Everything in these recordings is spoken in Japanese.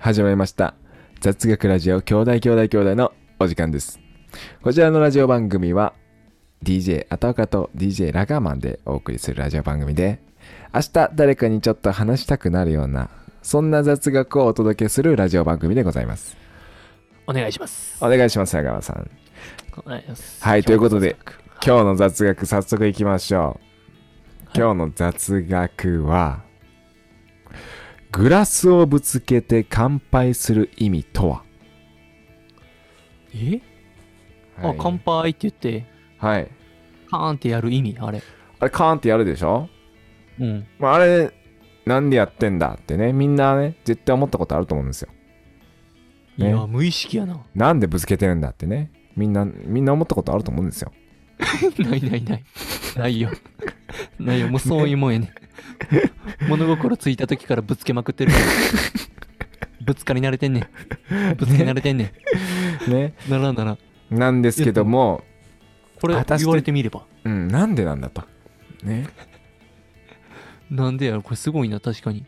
始まりました雑学ラジオ兄弟兄弟兄弟のお時間ですこちらのラジオ番組は DJ アタオカと DJ ラガーマンでお送りするラジオ番組で明日誰かにちょっと話したくなるようなそんな雑学をお届けするラジオ番組でございますお願いします。お願いしますラガーマンさんお願いしますはいということで、日今日の雑学早速いきましょう、はい今日の雑学はグラスをぶつけて乾杯する意味とは、え、はいあ、乾杯って言って、はいカーンってやる意味、あれ。あれカーンってやるでしょ、うん。まあ、あれなんでやってんだってねみんなね絶対思ったことあると思うんですよいねや、無意識やな。 なんでぶつけてるんだってねみんなみんな思ったことあると思うんですよないないない。な いよ。ないよ、もうそういうもんやね。物心ついた時からぶつけまくって るから。ぶつかり慣れてんねん。ぶつけ慣れてんねねん。ならんなら。なんですけども、これ果たして言われてみれば。うん、なんでなんだとねなんでやろ、これすごいな、確かに。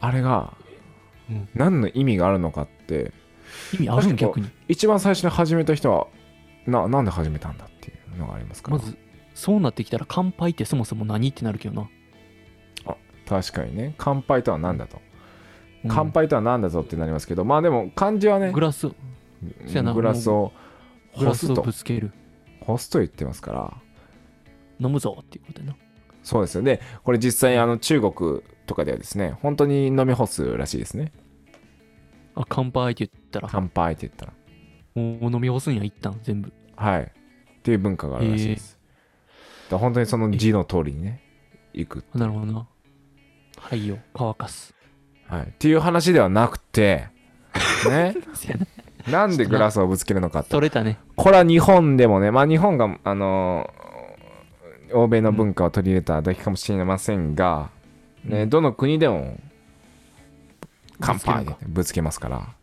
あれがうん何の意味があるのかって意味あ確るんかに逆に。一番最初に始めた人はななんで始めたんだっていうのがありますからまず、そうなってきたら乾杯ってそもそも何ってなるけどな。確かにね乾杯とは何だと、うん乾杯とは何だぞってなりますけどまあでも漢字はねグラス、そうやなグラスをグ干ラスすをとぶつける。干すと言ってますから飲むぞっていうことやな。そうですよねこれ実際あの中国とかではですね本当に飲み干すらしいですねあ、乾杯って言ったら、乾杯って言ったらもう飲み干すんや、一旦全部。はいっていう文化があるらしいです、だから本当にその字の通りにね行くなるほどな。はいよ、乾かす。はい、っていう話ではなく て、ね、せやななんでグラスをぶつけるのかってそれたね。これは日本でもね、まあ、日本が、あのー欧米の文化を取り入れただけかもしれませんが、うね、んどの国でも乾杯ぶつけるんかぶつけますか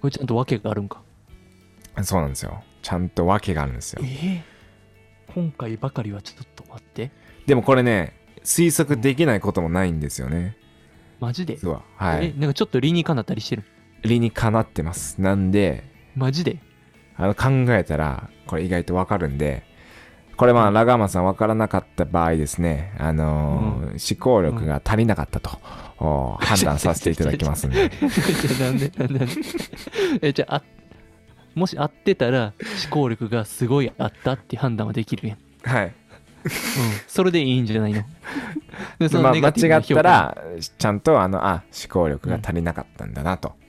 これちゃんと訳があるんか。らそうなんですよちゃんと訳があるんですよえ今回ばかりはちょっと待って。でもこれね推測できないこともないんですよねマジで実。ははえ、いなんかちょっと理にかなったりしてる。理にかなってますなんでマジで。あの考えたら、これ意外とわかるんで、これまあ、ラガーマンさんわからなかった場合ですね、あのー思考力が足りなかったと、おー判断させていただきますん で。じゃ あなんで、なんで、なんで。 え、じゃあ、あもし合ってたら思考力がすごいあったって判断はできるやん。うん。はい。それでいいんじゃ ないのでそまのあ、ネ間ガティブ違なっ評た価ら、ちゃんと、あの、あ、思考力が足りなかったんだなと、えー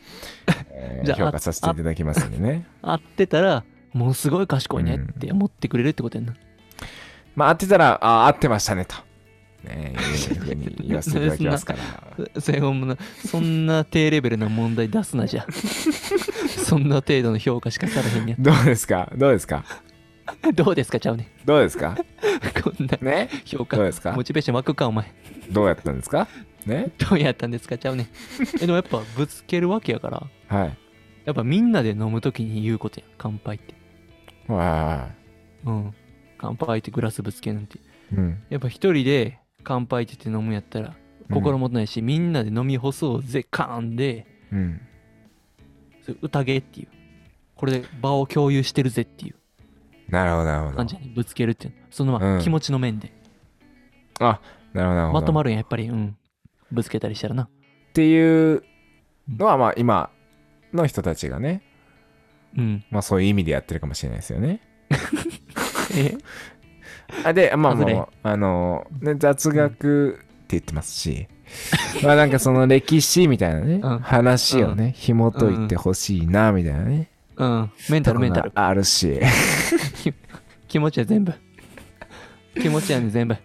じゃあ評価させていただきますんでね。合ってたらものすごい賢いねって思ってくれるってことやんな、 まあ、合ってたら、あ、合ってましたねと。ねいうふうに言わせていただきますから。そそれほんまなそんな低レベルな問題出すなじゃ そんな程度の評価しかされへんねどうですかどうですかん どうですかちゃうねどうですかん こんなね評価どうですかモチベーション湧くかお前 どうやったんですかねどうやったんですかちゃうねんえでもやっぱぶつけるわけやからはい。やっぱみんなで飲むときに言うことやん乾杯ってはうん乾杯ってグラスぶつけるなんてい。うん。やっぱ一人で乾杯って言って飲むんやったら心もとないし、みんなで飲み干そうぜカーンでうん。それ宴っていうこれで場を共有してるぜっていうなるほど、なるほ感どじ。にぶつけるっていうのそのまうあん気持ちの面であ、なるほど、なるほど。まとまるんややっぱりうんぶつけたりしたらなっていうのは、まあ、今の人たちがね、うんまあ、そういう意味でやってるかもしれないですよね。えあで、まあまあ、外れまあ、あの、ね、雑学って言ってますし、 まあ、なんかその歴史みたいなね、うん話をね、紐解いてほしいな、みたいなね。 うんメンタルメンタとルこがあるし、 気持ちは全部気持ちやね全部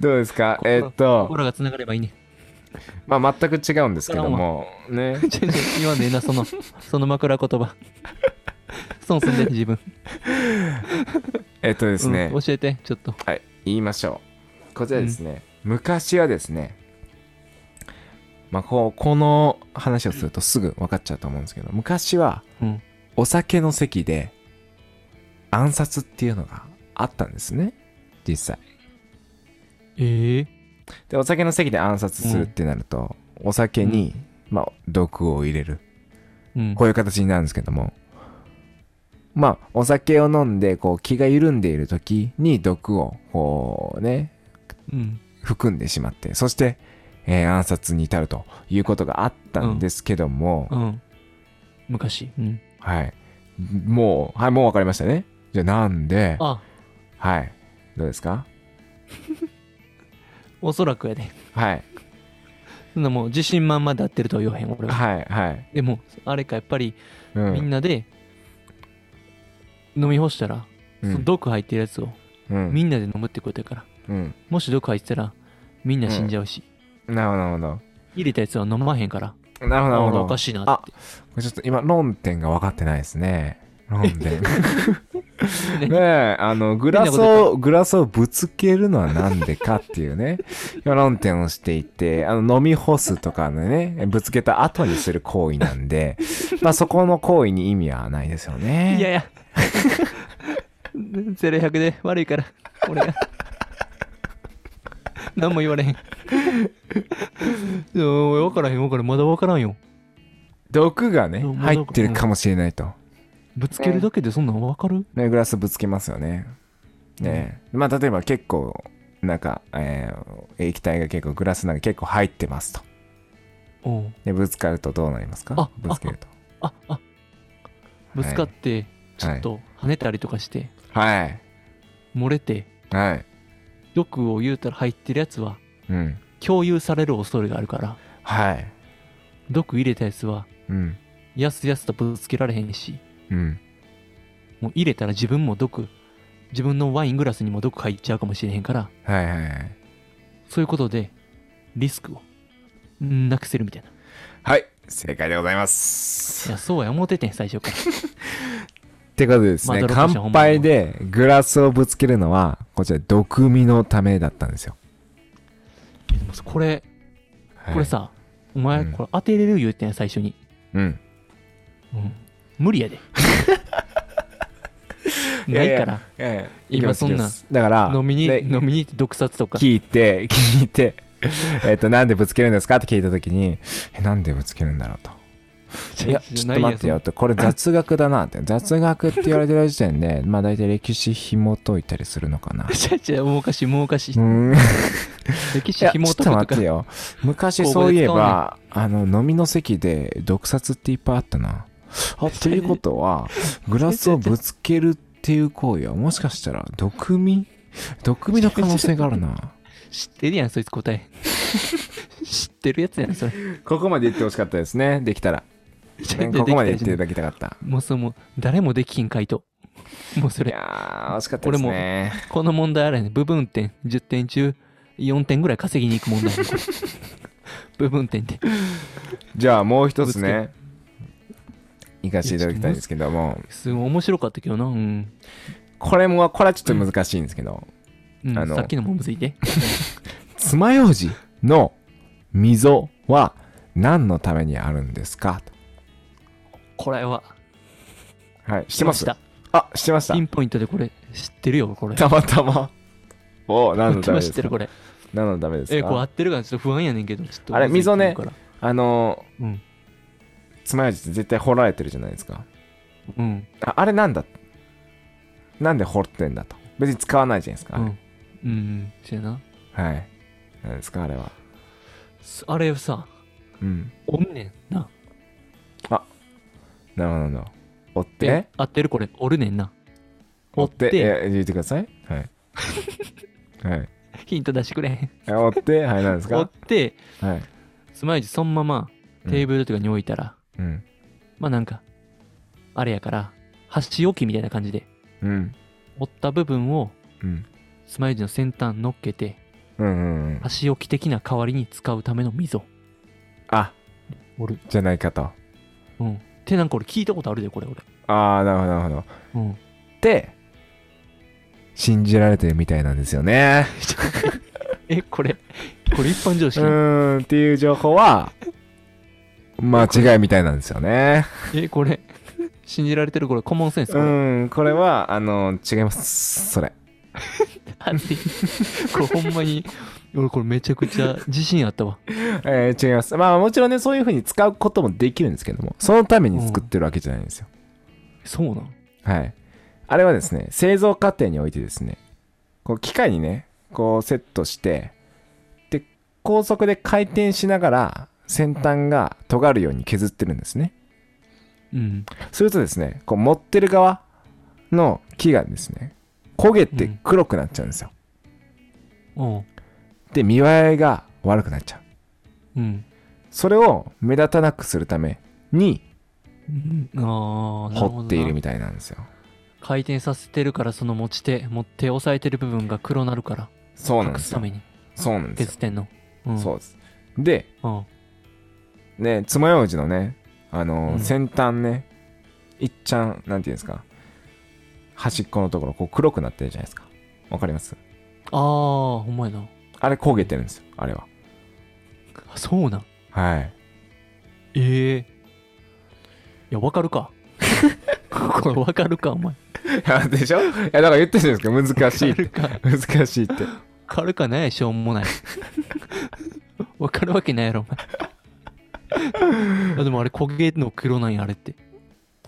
どうですかこえーっと、心がつながればいいね まあ、全く違うんですけども、ね。ちょちょ言わんでええなそのその枕言葉 損すんで自分、えーっとですね、うん教えてちょっとはい、言いましょう。こちらですね、昔はですね、まあこう、この話をするとすぐ分かっちゃうと思うんですけど、昔はうんお酒の席で暗殺っていうのがあったんですね、実際。ええで、お酒の席で暗殺するってなると、お酒にまあ、毒を入れる。うんこういう形になるんですけども。まあ、お酒を飲んで、こう、気が緩んでいる時に毒を、こうね、うん含んでしまって、そして、えー暗殺に至るということがあったんですけども、うん昔うんはい。もう、はい、もう分かりましたね。じゃあ、なんで、あはい。どうですかおそらくやではい。そんなもう自信満々で合ってるとは言わへん俺ははい、はい。でもあれかやっぱりうみんん。なで飲み干したら、うそのん。毒入ってるやつをうんみんなで飲むってことやからうん。もし毒入ってたらみんな死んじゃうし、なるほど、なるほど。入れたやつは飲まへんからなるほど、なるあほ俺ど。おかしいなっこてれちょっと今論点が分かってないですね論点ね えあのグラス変なこをグラスをぶつけるのはなんでかっていうね今論点をしていてあの飲み干すとかのねぶつけた後にする行為なん でまあそこの行為に意味はないですよねいやい やゼロ百で悪いから俺が 何も言 われへんいやおい分からへん分からんまだ分からんよ毒がねうん入ってるかもしれないと、ぶつけるだけでそんなん分かる、ね、グラスぶつけますよねねえまあ例えば結構なんか、えー液体が結構グラスなんか結構入ってますとおうでぶつかるとどうなりますかあぶつけるとああぶつかってちょっと跳ねたりとかして、はい。漏れてはい。毒を言うたら入ってるやつはうん。共有される恐れがあるからはい。毒入れたやつはうん。やすやすとぶつけられへんしうん。もう入れたら自分も毒自分のワイングラスにも毒入っちゃうかもしれへんからはいはいはい。そういうことでリスクをんなくせるみたいな。いはい。正解でございます。や、そうや、思っててん、最初から。ってことでですね、まだ乾杯でグラスをぶつけるのは、こちら、毒味のためだったんですよ。いやでもこれ、はいこれ。さ、お前、うんこれ当てれる言うてんや、最初に。うん。うん無理やで。ないから、ええ今そんな。いきますいきますだから、飲みに、で飲みに行って毒殺とか。聞いて、聞いて、えっと、なんでぶつけるんですかって聞いたときに、え、なんでぶつけるんだろうと。いや、ちょっと待ってよ。と、これ雑学だなって。 雑学って言われてる時点で、まあ大体歴史紐解いたりするのかな。ちゃちゃ、もうおかしい、もうおかしい。うん。歴い史やちょ紐っ解とく待とってか。よ。昔そういえば、あの、飲みの席で毒殺っていっぱいあったな。あ、ということは、グラスをぶつけるっていう行為は、もしかしたら、毒味毒味の可能性があるな。知ってるやん、そいつ答え。知ってるやつやん、それ。 ここまで言ってほしかったですね。できたら。ねここまで言っていただきたかった。もうその、誰もできひん回答。もうそいれ、やー、惜しかったですね。この問題あれね、部分点、10点中、4点ぐらい稼ぎに行く 問題。これ部分点で。じゃあ、もう一つね。行かせていただきたいんですけども、すごい面白かったけどな。うん。これも、これはちょっと難しいんですけど、うんあのさっきのもむずいて。爪楊枝の溝は何のためにあるんですかこれは、はい、してます来した。あ、してましたピ。ンポイントでこれ、知ってるよ、これ。たまたま。お何のためで知っすかてる、これ。何のためですえ、これ合かってるからちょっと不安やねんけど、ちょっと。あれ溝ねむずいと思うあのー、うん爪楊枝って絶対掘られてるじゃないですか。から。うん。ああれなんだなんで掘ってんだと。別に使わないじゃないですか。うん。うんうん。そうやな。はい。何ですかあれは。すあれさ、うん。おんねんな。なるほどなるほど。折っえて、合ってるこれ、おるねんな。 おって、え言ってください。はい。 はいヒント出してくれへん。え。折って、はい、何ですおっかて、はい。つまようじそのままテーブルとかに置いたら、うん。まあなんか、あれやから、箸置きみたいな感じで、うん。折った部分をうん。つまようじの先端乗っけて、うんうんうん。箸置き的な代わりに使うための溝。あ、折る。じゃないかと。うん。ってなんか俺聞いたことあるで、これ俺。ああ、なるほど、なるほど。っうん。て、信じられてるみたいなんですよ ね。え、これ、これ一般常う識、ーん、っていう情報 は、間違いみたいなんですよね。え、これ、信じられてるこれコモンセンスこうれ。ん、これは、あの、違います。それ。 あってこれほんまに俺これめちゃくちゃ自信あったわ。えー違います。まあもちろんね、そういう風に使うこともできるんですけども、そのために作ってるわけじゃないんですよ。そうなんはい。あれはですね、製造過程においてですね、こう機械にね、こうセットして、で、高速で回転しながら、先端が尖るように削ってるんですね。うん。するとですね、こう持ってる側の木がですね、焦げて黒くなっちゃうんですよ。おう。で、見栄えが悪くなっちゃう。うん。それを目立たなくするためにうんああ、なるほど掘なっているみたいなんですよ。回転させてるから、その持ち手、持って押さえてる部分が黒なるから、そうなん隠ですすたよめ。にそうなんですよ。削ってんの。うん、そうです。で、うん。うん。ね、爪楊枝のね、あのーうん先端ね、いっちゃん、なんていうんですか、端っこのところ、こう黒くなってるじゃないですか。わかりますああ、ほんまやな。あれ焦げてるんですよ、あれは。あそうなん。はい。ええいや、わかる か。これわかるか、お前。いや でしょいや、だから言ってるじゃないですか、難しいわっかて。るか。難しいって。わかるかね、しょう もない。わかるわけないやろ、お前。あでもあれ焦げの黒なんや、あれって。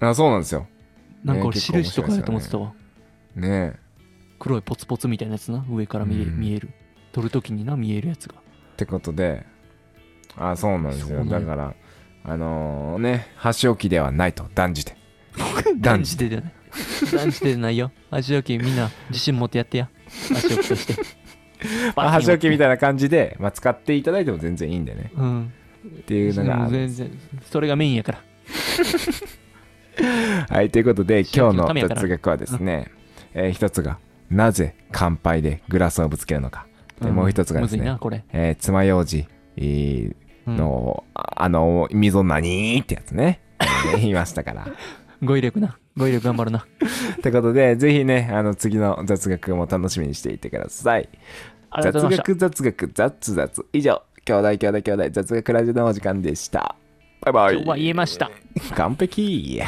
あ、そうなんですよ。なんか俺ね結構面印と白いかやと思ってたわ。ね黒いポツポツみたいなやつな上から見え,、うん見える撮るときにな見える やつがえ。ってことで、あ、そうなんですそうなよ。んやだから、あのーね、箸置きではないと、断 じて。断断じじて。てじゃない断じてじゃないよ足置きみんな自信持ってやってや足置きとして まあ、箸置きみいたいな感じで、まあ、使っていただいても全然いいんでね。うんっていうのがあるんで全す、然それがメインやからはい、ということで、今日の神やから哲学はですね、えー一つが、なぜ乾杯でグラスをぶつけるのか。でんもう一つがですむずいねな、これ、えー爪楊枝えーうんの、ああの、溝何ってやつね。ね 言いましたから。語彙力な語彙力頑張るなということで、ぜひね、あの、次の雑学も楽しみにしていてください。ありが雑とうございました学、雑学、雑雑。以上、兄弟、兄弟、兄弟、雑学ラジオのお時間でした。バイバ今日は言イ。えました完璧。